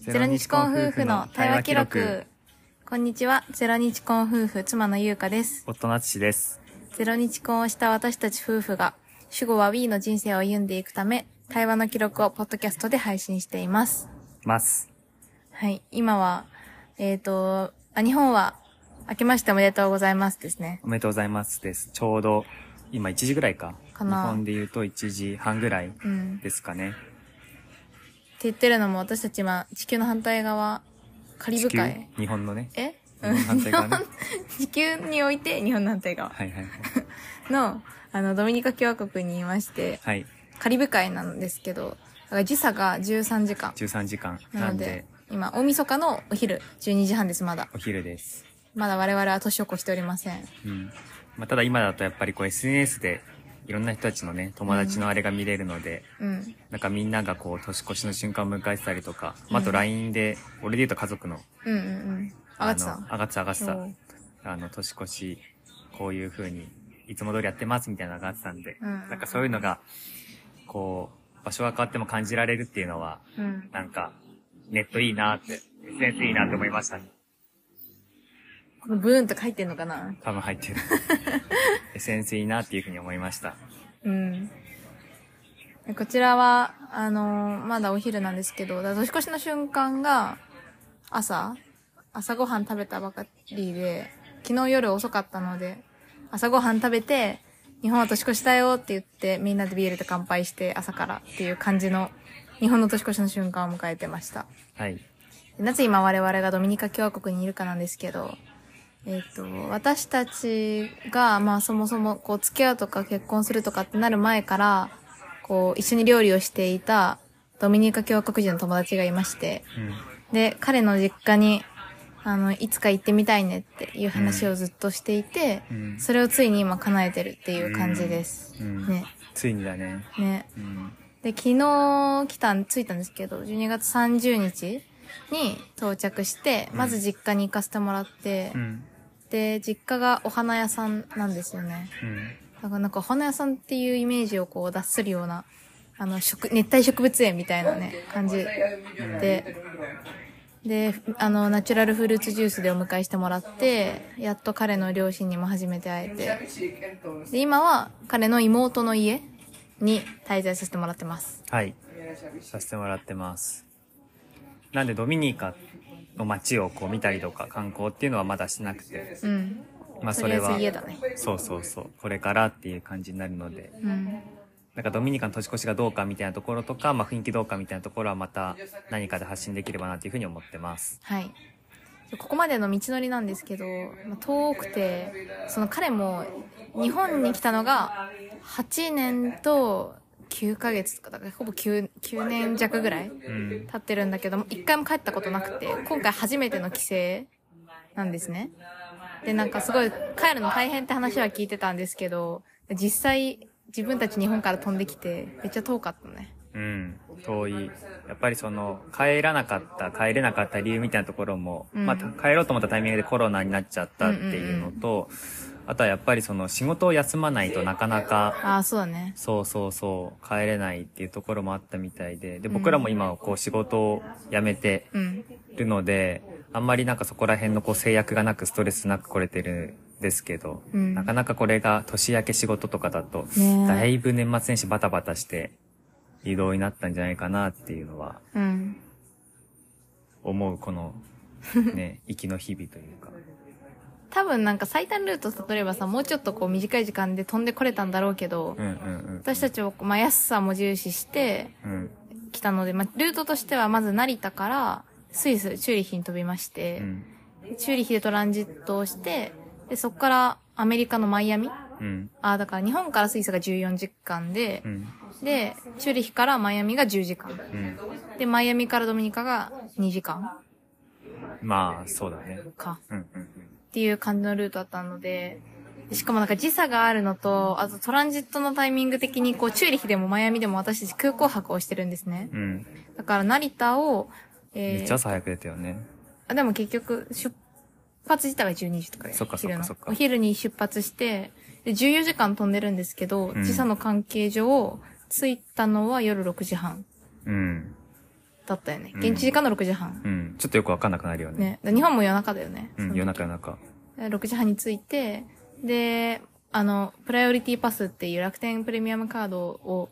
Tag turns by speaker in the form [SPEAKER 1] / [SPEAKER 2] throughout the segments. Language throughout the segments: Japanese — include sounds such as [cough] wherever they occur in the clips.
[SPEAKER 1] ゼロ日婚夫婦の対話記録。こんにちは。ゼロ日婚夫婦、妻の優香です。
[SPEAKER 2] 夫なつしです。
[SPEAKER 1] ゼロ日婚をした私たち夫婦が、主語は We の人生を歩んでいくため、対話の記録をポッドキャストで配信しています。
[SPEAKER 2] ます。
[SPEAKER 1] はい。今は、えっ、と、あ、日本は、明けましておめでとうございますですね。
[SPEAKER 2] おめでとうございますです。ちょうど、今1時ぐらいか。
[SPEAKER 1] かな
[SPEAKER 2] 日本で言うと1時半ぐらい
[SPEAKER 1] うん。って
[SPEAKER 2] ですかね。
[SPEAKER 1] 言ってるのも私たち今、地球の反対側、カリブ海。
[SPEAKER 2] 日本のね。
[SPEAKER 1] え
[SPEAKER 2] 日本の反対 [laughs] 側ね。
[SPEAKER 1] 地球において日本の反対側
[SPEAKER 2] はいはいはい。
[SPEAKER 1] の、あの、ドミニカ共和国にいまして、
[SPEAKER 2] はい。
[SPEAKER 1] カリブ海なんですけど、だから時差が13時間。
[SPEAKER 2] 13時間。
[SPEAKER 1] な
[SPEAKER 2] な
[SPEAKER 1] の
[SPEAKER 2] ん
[SPEAKER 1] で、
[SPEAKER 2] で、
[SPEAKER 1] 今、大晦日のお昼、12時半です、まだ。
[SPEAKER 2] お昼です。
[SPEAKER 1] まだ我々は年を越しておりません。
[SPEAKER 2] うん。まあ、ただ今だとやっぱりこう SNS で、いろんな人たちのね、友達のあれが見れるので、
[SPEAKER 1] うん。
[SPEAKER 2] なんかみんながこう、年越しの瞬間を迎えてたりとか、まああと LINE で、俺で言うと家族の、
[SPEAKER 1] うんうんうん。上がってた
[SPEAKER 2] あの上がってた、上がって
[SPEAKER 1] おう
[SPEAKER 2] た。あの、年越し、こういう風に、いつも通りやってますみたいなのがあってたんで、
[SPEAKER 1] うんうんうん
[SPEAKER 2] なんかそういうのが、こう、場所が変わっても感じられるっていうのは、
[SPEAKER 1] うん。
[SPEAKER 2] なんか、ネットいいなって、SNS いいなって思いましたね。
[SPEAKER 1] このブーンとか入ってんのかな
[SPEAKER 2] 多分入
[SPEAKER 1] [laughs]
[SPEAKER 2] ってる。SNS いいなっていう風に思いました。
[SPEAKER 1] うん。でこちらは、あのーまだお昼なんですけど、だから年越しの瞬間が、朝朝ごはん食べたばかりで、昨日夜遅かったので、朝ごはん食べて、日本は年越しだよって言って、みんなでビールで乾杯して、朝からっていう感じの、日本の年越しの瞬間を迎えてました。
[SPEAKER 2] はい。
[SPEAKER 1] なぜ今我々がドミニカ共和国にいるかなんですけど、えっ、と、私たちが、まあそもそも、こう、付き合うとか結婚するとかってなる前から、こう、一緒に料理をしていたドミニカ共和国人の友達がいまして、
[SPEAKER 2] うん。
[SPEAKER 1] で、彼の実家に、あの、いつか行ってみたいねっていう話をずっとしていて、
[SPEAKER 2] うん
[SPEAKER 1] それをついに今叶えてるっていう感じです。
[SPEAKER 2] うん。
[SPEAKER 1] ね。
[SPEAKER 2] ついにだね。
[SPEAKER 1] ね。
[SPEAKER 2] うん。
[SPEAKER 1] で、昨日来たん、着いたんですけど、12月30日に到着して、まず実家に行かせてもらって、
[SPEAKER 2] うん。
[SPEAKER 1] で、実家がお花屋さんなんですよね。
[SPEAKER 2] うん。
[SPEAKER 1] だからなんかお花屋さんっていうイメージをこう出するような、あの、食、熱帯植物園みたいなね、感じで、で、あの、ナチュラルフルーツジュースでお迎えしてもらって、やっと彼の両親にも初めて会えて、で、今は彼の妹の家に滞在させてもらってます。
[SPEAKER 2] はい。させてもらってます。なんでドミニカの街をこう見たりとか観光っていうのはまだしてなくて、
[SPEAKER 1] うん。
[SPEAKER 2] まあ
[SPEAKER 1] と
[SPEAKER 2] そ
[SPEAKER 1] りあ
[SPEAKER 2] れ
[SPEAKER 1] えず
[SPEAKER 2] は、
[SPEAKER 1] 家だね。
[SPEAKER 2] そうそうそう、これからっていう感じになるので、
[SPEAKER 1] うん。
[SPEAKER 2] なんかドミニカの年越しがどうかみたいなところとか、まあ雰囲気どうかみたいなところはまた何かで発信できればなっていうふうに思ってます。
[SPEAKER 1] はい。ここまでの道のりなんですけど、まあ遠くて、その彼も日本に来たのが8年と9ヶ月とか、だからほぼ 9, 9年弱ぐらい
[SPEAKER 2] うん。
[SPEAKER 1] 経ってるんだけども、一回も帰ったことなくて、今回初めての帰省なんですね。で、なんかすごい帰るの大変って話は聞いてたんですけど、実際自分たち日本から飛んできて、めっちゃ遠かったね。
[SPEAKER 2] うん。遠い。やっぱりその、帰らなかった、帰れなかった理由みたいなところも、
[SPEAKER 1] うん
[SPEAKER 2] まあ、帰ろうと思ったタイミングでコロナになっちゃったっていうのと、あとはやっぱりその、仕事を休まないとなかなか、
[SPEAKER 1] ああ、そうだね。
[SPEAKER 2] そうそうそう、帰れないっていうところもあったみたいで、で、
[SPEAKER 1] うん
[SPEAKER 2] 僕らも今はこう仕事を辞めて
[SPEAKER 1] うん。
[SPEAKER 2] るので、あんまりなんかそこら辺のこう制約がなくストレスなく来れてるんですけど、
[SPEAKER 1] うん
[SPEAKER 2] なかなかこれが年明け仕事とかだと、
[SPEAKER 1] ねえ
[SPEAKER 2] だいぶ年末年始バタバタして移動になったんじゃないかなっていうのは
[SPEAKER 1] うん。
[SPEAKER 2] 思うこの、ね、
[SPEAKER 1] [laughs]
[SPEAKER 2] 行きの日々というか。
[SPEAKER 1] 多分なんか最短ルート例えばさ、もうちょっとこう短い時間で飛んでこれたんだろうけど
[SPEAKER 2] う、んうんうん。
[SPEAKER 1] [laughs] 私たちは、まあ、安さも重視して
[SPEAKER 2] うん。
[SPEAKER 1] 来たので、まあ、ルートとしてはまず成田からスイス、チューリヒに飛びまし
[SPEAKER 2] う
[SPEAKER 1] て、
[SPEAKER 2] ん。
[SPEAKER 1] チューリヒでトランジットをして、で、そこからアメリカのマイアミ
[SPEAKER 2] うん。
[SPEAKER 1] あ、だから日本からスイスが14時間で
[SPEAKER 2] う、ん。
[SPEAKER 1] で、チューリヒからマイアミが10時間。
[SPEAKER 2] うん。
[SPEAKER 1] で、マイアミからドミニカが2時間
[SPEAKER 2] まあ、そうだね。
[SPEAKER 1] か。
[SPEAKER 2] うんうん
[SPEAKER 1] っていう感じのルートだったので、でしかもなんか時差があるのと、あとトランジットのタイミング的に、こう、チューリヒでもマイアミでも私たち空港泊をしてるんですね。
[SPEAKER 2] うん。うん。
[SPEAKER 1] だから成田を、えー、
[SPEAKER 2] めっちゃ朝早く出たよね。
[SPEAKER 1] あでも結局、出発自体は12時とかで、
[SPEAKER 2] そっかそっか
[SPEAKER 1] 昼の
[SPEAKER 2] そっか
[SPEAKER 1] お昼に出発して、で、14時間飛んでるんですけど、
[SPEAKER 2] うん
[SPEAKER 1] 時差の関係上、着いたのは夜6時半。
[SPEAKER 2] うん。
[SPEAKER 1] だったよね。
[SPEAKER 2] うん
[SPEAKER 1] 現地時間の6時半。
[SPEAKER 2] うん。ちょっとよくわかんなくなるよね。
[SPEAKER 1] ね。だ日本も夜中だよね。
[SPEAKER 2] うん、夜中夜中。
[SPEAKER 1] 6時半に着いて、で、あの、プライオリティパスっていう楽天プレミアムカードを、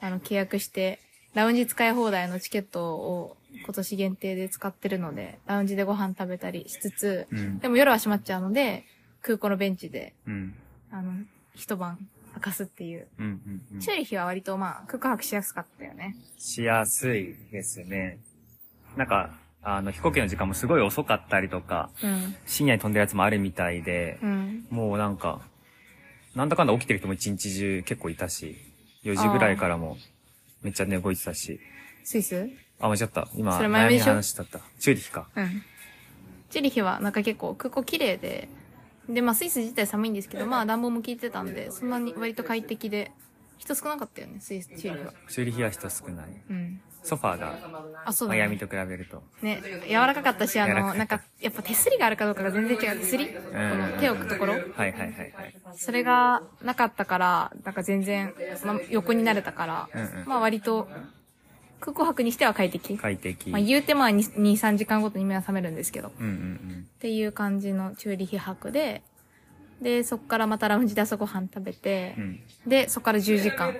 [SPEAKER 1] あの、契約して、ラウンジ使い放題のチケットを今年限定で使ってるので、ラウンジでご飯食べたりしつつ、
[SPEAKER 2] うん。
[SPEAKER 1] でも夜は閉まっちゃうので、空港のベンチで、
[SPEAKER 2] うん。
[SPEAKER 1] あの、一晩明かすっていう。
[SPEAKER 2] うん。うん。うん
[SPEAKER 1] チューリヒは割とまあ、空港泊しやすかったよね。
[SPEAKER 2] しやすいですね。なんか、あの、飛行機の時間もすごい遅かったりとか、
[SPEAKER 1] うん。
[SPEAKER 2] 深夜に飛んでるやつもあるみたいで、
[SPEAKER 1] うん。
[SPEAKER 2] もうなんか、なんだかんだ起きてる人も一日中結構いたし、4時ぐらいからもめっちゃ寝動いてたし、
[SPEAKER 1] スイス
[SPEAKER 2] あ、間違った。今、
[SPEAKER 1] それ前
[SPEAKER 2] 悩
[SPEAKER 1] で
[SPEAKER 2] み
[SPEAKER 1] しょ
[SPEAKER 2] の話だった。チューリヒか。
[SPEAKER 1] うん。チューリヒはなんか結構空港綺麗で、で、まあスイス自体寒いんですけど、まあ暖房も効いてたんで、そんなに割と快適で、人少なかったよね、スイス、チューリヒは。
[SPEAKER 2] チューリヒは人少ない。
[SPEAKER 1] うん。
[SPEAKER 2] ソファーが、
[SPEAKER 1] あ、そうだ
[SPEAKER 2] マイアミ
[SPEAKER 1] ね。
[SPEAKER 2] と比べると。
[SPEAKER 1] ね、柔らかかったし、あ
[SPEAKER 2] 柔らかかっ
[SPEAKER 1] の、
[SPEAKER 2] た
[SPEAKER 1] なんか、やっぱ手すりがあるかどうかが全然違う。手すりこの手を置くところ
[SPEAKER 2] はいはいはいはい。
[SPEAKER 1] それがなかったから、なんか全然、まあ、横になれたから、
[SPEAKER 2] うんうん
[SPEAKER 1] まあ割と、空港泊にしては快適。
[SPEAKER 2] 快適。
[SPEAKER 1] まあ
[SPEAKER 2] うん
[SPEAKER 1] 言うてまあ2、2 3時間ごとに目が覚めるんですけど。
[SPEAKER 2] うんうん。
[SPEAKER 1] っていう感じのチューリヒ泊で、で、そっからまたラウンジで朝ごはん食べて
[SPEAKER 2] う、ん。
[SPEAKER 1] で、そっから10時間。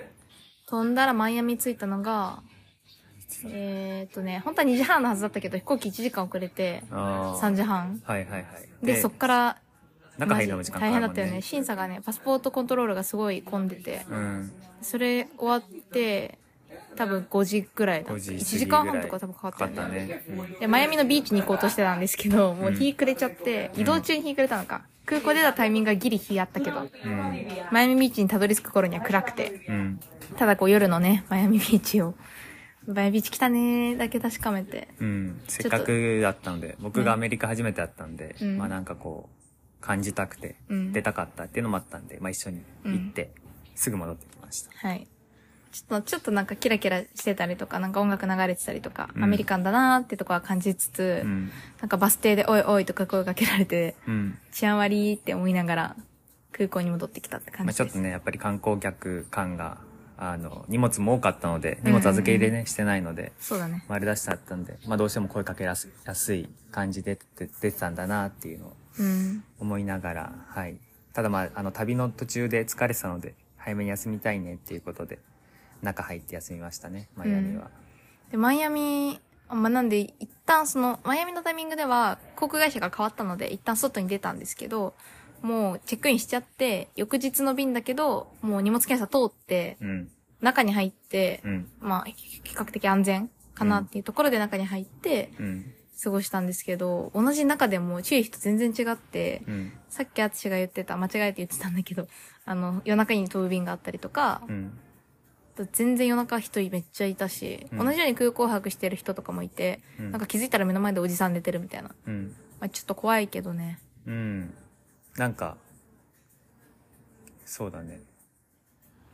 [SPEAKER 1] 飛んだらマイアミ着いたのが、えー、っとね、本当は2時半のはずだったけど、飛行機1時間遅れて、
[SPEAKER 2] ああ。
[SPEAKER 1] 3時半。
[SPEAKER 2] はいはいはい。
[SPEAKER 1] で、そっから、
[SPEAKER 2] 中入るのも時間かか
[SPEAKER 1] 大
[SPEAKER 2] るもん、ね、
[SPEAKER 1] 変だったよね。審査がね、パスポートコントロールがすごい混んでて、
[SPEAKER 2] うん。
[SPEAKER 1] それ終わって、多分5時ぐらいだ
[SPEAKER 2] 5
[SPEAKER 1] っ
[SPEAKER 2] 時
[SPEAKER 1] た。
[SPEAKER 2] 過ぎぐらい。
[SPEAKER 1] 1時間半とか多分かかったよね。
[SPEAKER 2] かかねうん
[SPEAKER 1] で、マイアミのビーチに行こうとしてたんですけど、もう
[SPEAKER 2] うん
[SPEAKER 1] 日暮れちゃって、移動中に日暮れたのか。空港出たタイミングがギリ日あったけど、
[SPEAKER 2] うん。
[SPEAKER 1] マイアミビーチにたどり着く頃には暗くて、
[SPEAKER 2] うん。
[SPEAKER 1] ただこう夜のね、マイアミビーチを、マイアミビーチ来たねーだけ確かめて、
[SPEAKER 2] うん。せっかくだったので、僕がアメリカ初めてだったんで、
[SPEAKER 1] うん
[SPEAKER 2] まあなんかこう、感じたくて、
[SPEAKER 1] うん
[SPEAKER 2] 出たかったっていうのもあったんで、まあ一緒に行って、すぐ戻ってきました。
[SPEAKER 1] はい。ちょっと、ちょっとなんかキラキラしてたりとか、なんか音楽流れてたりとか、
[SPEAKER 2] うん
[SPEAKER 1] アメリカンだなーってとこは感じつつ、
[SPEAKER 2] うん。
[SPEAKER 1] なんかバス停でおいおいとか声かけられて、
[SPEAKER 2] うん。
[SPEAKER 1] 治安悪いって思いながら、空港に戻ってきたって感
[SPEAKER 2] まあ
[SPEAKER 1] じ
[SPEAKER 2] ちょ
[SPEAKER 1] で
[SPEAKER 2] っ
[SPEAKER 1] す。
[SPEAKER 2] とね、やっぱり観光客感が、あの、荷物も多かったので、荷物預け入れね、してないので、
[SPEAKER 1] そうだね。
[SPEAKER 2] 丸出しだったんで、まあどうしても声かけやすやすい感じで出て出てたんだなっていうのを
[SPEAKER 1] うん。
[SPEAKER 2] 思いながら、はい。ただまあ、あの、旅の途中で疲れてたので、早めに休みたいねっていうことで、中入って休みましたね、マイアミは。
[SPEAKER 1] で、マイアミ、あまあ、なんで、一旦その、マイアミのタイミングでは、航空会社が変わったので、一旦外に出たんですけど、もうチェックインしちゃって、翌日の便だけど、もう荷物検査通って、
[SPEAKER 2] うん、
[SPEAKER 1] 中に入って
[SPEAKER 2] う、ん、
[SPEAKER 1] まあ、比較的安全かなっていうところで中に入って、
[SPEAKER 2] うん、
[SPEAKER 1] 過ごしたんですけど、同じ中でも注意人全然違って、
[SPEAKER 2] うん、
[SPEAKER 1] さっきアツシが言ってた、間違えて言ってたんだけど、あの、夜中に飛ぶ便があったりとか、
[SPEAKER 2] うん、
[SPEAKER 1] 全然夜中一人めっちゃいたし、
[SPEAKER 2] うん
[SPEAKER 1] 同じように空港泊してる人とかもいて、
[SPEAKER 2] うん
[SPEAKER 1] なんか気づいたら目の前でおじさん寝てるみたいな。
[SPEAKER 2] うん、
[SPEAKER 1] まあ、ちょっと怖いけどね。
[SPEAKER 2] うん。なんか、そうだね。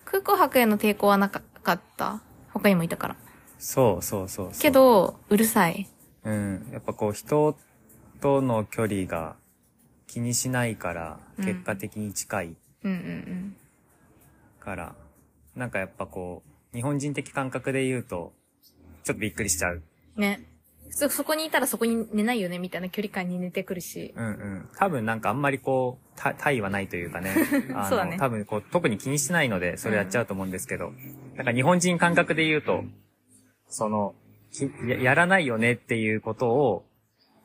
[SPEAKER 1] 空港泊への抵抗はなかった。他にもいたから。
[SPEAKER 2] そうそうそうそう。
[SPEAKER 1] け、ど、うるさい。
[SPEAKER 2] うん。やっぱこう、人との距離が気にしないから、
[SPEAKER 1] うん
[SPEAKER 2] 結果的に近い
[SPEAKER 1] うんうん
[SPEAKER 2] から、なんかやっぱこう、日本人的感覚で言うと、ちょっとびっくりしちゃう。
[SPEAKER 1] うん。ね。普通そこにいたらそこに寝ないよねみたいな距離感に寝てくるし。
[SPEAKER 2] うんうん。多分なんかあんまりこう、た対はないというか
[SPEAKER 1] [laughs]
[SPEAKER 2] ね。あの
[SPEAKER 1] そうだね
[SPEAKER 2] 多分こう、特に気にしないので、それやっちゃうと思うんですけど。なんか日本人感覚で言うと、その、きややらないよねっていうことを、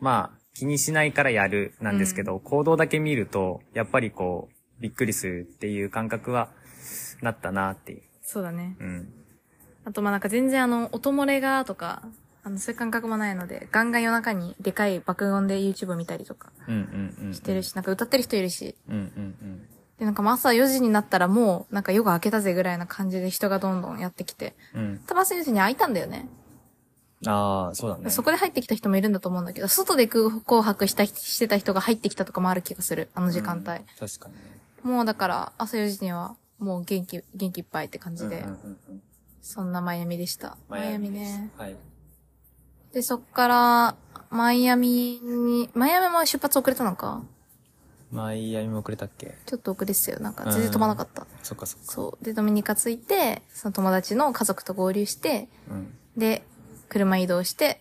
[SPEAKER 2] まあ、気にしないからやるなんですけど、行動だけ見ると、やっぱりこう、びっくりするっていう感覚は、なったなっていう。
[SPEAKER 1] そうだね。
[SPEAKER 2] うん。
[SPEAKER 1] あとまあなんか全然あの、音漏れがとか、あの、そういう感覚もないので、ガンガン夜中にでかい爆音で YouTube 見たりとか
[SPEAKER 2] うんうんうんうん。
[SPEAKER 1] してるし、なんか歌ってる人いるし、
[SPEAKER 2] うんうん
[SPEAKER 1] で、なんかもう朝4時になったらもう、なんか夜が明けたぜぐらいな感じで人がどんどんやってきて。
[SPEAKER 2] うん。うん。
[SPEAKER 1] たばす4時に空いたんだよね。
[SPEAKER 2] ああ、そうだね。
[SPEAKER 1] そこで入ってきた人もいるんだと思うんだけど、外で空港泊した人、してた人が入ってきたとかもある気がする。あの時間
[SPEAKER 2] うん
[SPEAKER 1] 帯。
[SPEAKER 2] 確かにね。
[SPEAKER 1] もうだから、朝4時には、もう元気、元気いっぱいって感じ
[SPEAKER 2] う
[SPEAKER 1] で、
[SPEAKER 2] んうんうんうん
[SPEAKER 1] そんなマイアミでした。マイアミね。。
[SPEAKER 2] はい。
[SPEAKER 1] で、そっから、マイアミに、マイアミも出発遅れたのか
[SPEAKER 2] マイアミも遅れたっけ
[SPEAKER 1] ちょっと遅れてたよ。なんか全然飛ばなかった。
[SPEAKER 2] そっかそっか。
[SPEAKER 1] そう。で、ドミニカ着いて、その友達の家族と合流して、
[SPEAKER 2] うん。
[SPEAKER 1] で、車移動して、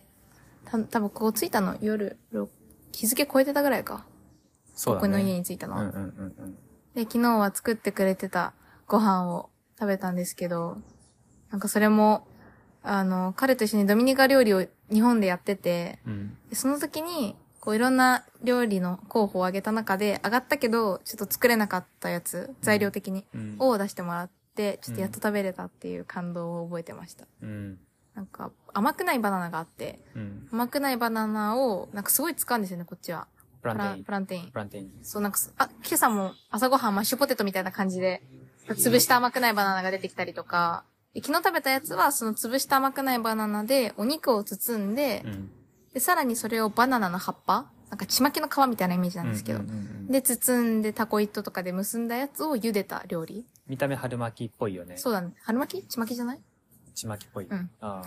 [SPEAKER 1] た多分ここ着いたの夜、ろ日付超えてたぐらいか。
[SPEAKER 2] そうだ
[SPEAKER 1] 僕
[SPEAKER 2] ね。
[SPEAKER 1] の家に着いた
[SPEAKER 2] う
[SPEAKER 1] の
[SPEAKER 2] んう
[SPEAKER 1] は、
[SPEAKER 2] んうんうん。
[SPEAKER 1] で、昨日は作ってくれてたご飯を食べたんですけど、なんかそれも、あの、彼と一緒にドミニカ料理を日本でやってて、
[SPEAKER 2] うん。
[SPEAKER 1] でその時に、こういろんな料理の候補を挙げた中で、上がったけど、ちょっと作れなかったやつ、材料的に、
[SPEAKER 2] うん。
[SPEAKER 1] を出してもらって、ちょっとやっと食べれたっていう感動を覚えてました。
[SPEAKER 2] うん。
[SPEAKER 1] なんか、甘くないバナナがあって、
[SPEAKER 2] うん。
[SPEAKER 1] 甘くないバナナを、なんかすごい使うんですよね、こっちは。
[SPEAKER 2] プランテイン。
[SPEAKER 1] プランテイン
[SPEAKER 2] プ。ランテイン。
[SPEAKER 1] そう、なんかす、あ、今朝も朝ごはんマッシュポテトみたいな感じで、潰した甘くないバナナが出てきたりとか、で昨日食べたやつは、その潰した甘くないバナナで、お肉を包んで
[SPEAKER 2] う、ん。
[SPEAKER 1] で、さらにそれをバナナの葉っぱなんか、ちまきの皮みたいなイメージなんですけど
[SPEAKER 2] うんう。んうんうん
[SPEAKER 1] で、包んで、タコ糸とかで結んだやつを茹でた料理。
[SPEAKER 2] 見た目春巻きっぽいよね。
[SPEAKER 1] そうだね。春巻きちまきじゃない
[SPEAKER 2] ちまきっぽい。
[SPEAKER 1] うん
[SPEAKER 2] あ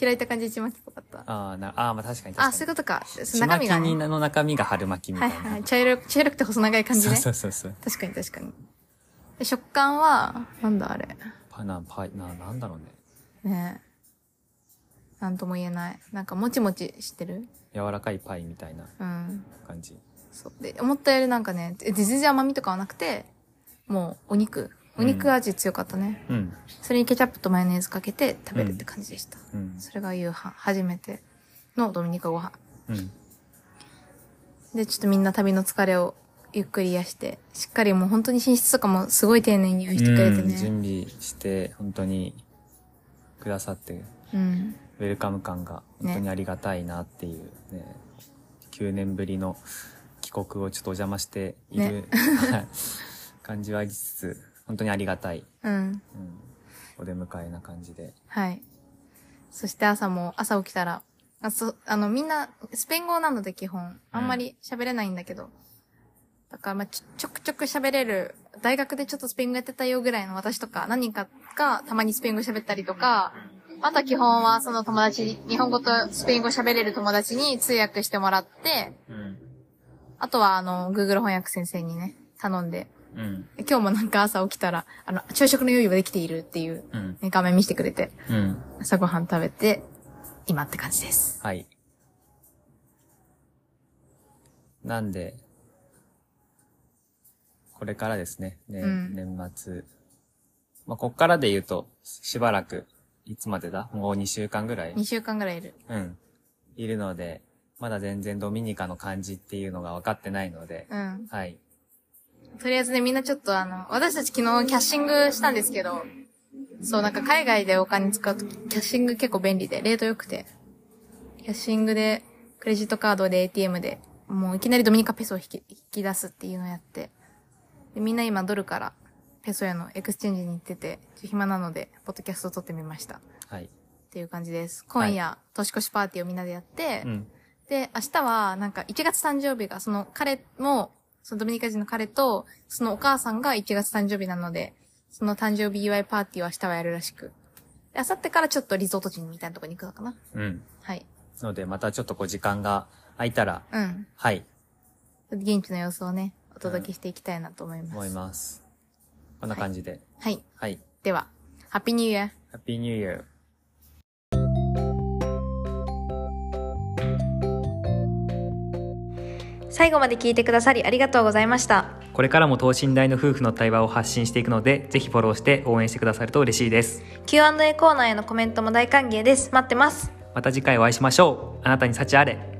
[SPEAKER 1] 開いた感じでちまきっぽかった
[SPEAKER 2] あ。。あーなあー、まあ確かに確かに。
[SPEAKER 1] あ、そういうことか。そ
[SPEAKER 2] ち
[SPEAKER 1] の
[SPEAKER 2] ま
[SPEAKER 1] 中
[SPEAKER 2] き
[SPEAKER 1] 身がね、
[SPEAKER 2] にの中身が春巻きみた
[SPEAKER 1] はいい
[SPEAKER 2] な。
[SPEAKER 1] はい。茶色く、茶色くて細長い感じ
[SPEAKER 2] そう
[SPEAKER 1] ね。
[SPEAKER 2] そうそうそう。
[SPEAKER 1] 確かに確かに。で食感は、なんだあれ。
[SPEAKER 2] パナパイななんだろうね。
[SPEAKER 1] ねえ。なんとも言えない。なんかもちもちしてる
[SPEAKER 2] 柔らかいパイみたいな
[SPEAKER 1] うん。
[SPEAKER 2] 感じ。
[SPEAKER 1] そう。で、思ったよりなんかね、え全然甘みとかはなくて、もうお肉。お肉味強かったね。
[SPEAKER 2] うん。
[SPEAKER 1] それにケチャップとマヨネーズかけて食べるって感じでした。
[SPEAKER 2] うん。
[SPEAKER 1] それが夕飯。初めてのドミニカご飯。
[SPEAKER 2] うん。
[SPEAKER 1] で、ちょっとみんな旅の疲れをゆっくり癒して、しっかりもう本当に寝室とかもすごい丁寧に用意してくれて
[SPEAKER 2] うん
[SPEAKER 1] ね。
[SPEAKER 2] 準備して、本当に、くださって、
[SPEAKER 1] うん。
[SPEAKER 2] ウェルカム感が本当にありがたいなっていうね、9年ぶりの帰国をちょっとお邪魔している、
[SPEAKER 1] ね
[SPEAKER 2] [laughs] はい感じはありつつ、本当にありがたい、
[SPEAKER 1] うん。
[SPEAKER 2] うん、お出迎えな感じで。
[SPEAKER 1] はい。そして朝も、朝起きたら、あ、そ、あの、みんな、スペイン語なので基本、あんまり喋れないんだけど。だから、まあ、ちょちょくちょく喋れる、大学でちょっとスペイン語やってたよぐらいの私とか、何人かがたまにスペイン語喋ったりとか、あとは基本はその友達、日本語とスペイン語喋れる友達に通訳してもらって、
[SPEAKER 2] うん。
[SPEAKER 1] あとはあの、Google 翻訳先生にね、頼んで、
[SPEAKER 2] うん。
[SPEAKER 1] 今日もなんか朝起きたら、あの、朝食の用意はできているっていう、
[SPEAKER 2] うん。
[SPEAKER 1] ね画面見せてくれて、
[SPEAKER 2] うん。
[SPEAKER 1] 朝ごはん食べて、今って感じです。
[SPEAKER 2] はい。なんで、これからですね、ね
[SPEAKER 1] うん
[SPEAKER 2] 年末。まあ、こっからで言うと、しばらく、いつまでだもう2週間ぐらい
[SPEAKER 1] 2週間ぐらいいる。
[SPEAKER 2] うん。いるので、まだ全然ドミニカの感じっていうのが分かってないので、
[SPEAKER 1] うん。
[SPEAKER 2] はい。
[SPEAKER 1] とりあえずね、みんなちょっとあの、私たち昨日キャッシングしたんですけど、そう、なんか海外でお金使うと、キャッシング結構便利で、レート良くて。キャッシングで、クレジットカードで ATM で、もういきなりドミニカペソを引き引き出すっていうのをやって。でみんな今ドルからペソへのエクスチェンジに行ってて、ちょっと暇なので、ポッドキャストを撮ってみました。っ
[SPEAKER 2] はい。
[SPEAKER 1] ていう感じです。今夜、年越しパーティーをみんなでやって、
[SPEAKER 2] うん。
[SPEAKER 1] で、明日は、なんか、1月誕生日が、その、彼も、そのドミニカ人の彼と、そのお母さんが1月誕生日なので、その誕生日祝いパーティーを明日はやるらしく。で明後日からちょっとリゾート地みたいなとこに行くのかな。
[SPEAKER 2] うん。
[SPEAKER 1] はい。
[SPEAKER 2] ので、またちょっとこう時間が空いたら、
[SPEAKER 1] うん。
[SPEAKER 2] はい、
[SPEAKER 1] 現地の様子をね、お届けしていきたいなと思います。
[SPEAKER 2] 思います。こんな感じで。
[SPEAKER 1] はい。
[SPEAKER 2] はい。
[SPEAKER 1] では、ハッピーニューイヤー
[SPEAKER 2] ハッピーニューイヤー。
[SPEAKER 1] 最後まで聞いてくださりありがとうございました。
[SPEAKER 3] これからも等身大の夫婦の対話を発信していくので、ぜひフォローして応援してくださると嬉しいです。
[SPEAKER 1] Q&A コーナーへのコメントも大歓迎です。待ってます。
[SPEAKER 3] また次回お会いしましょう。あなたに幸あれ。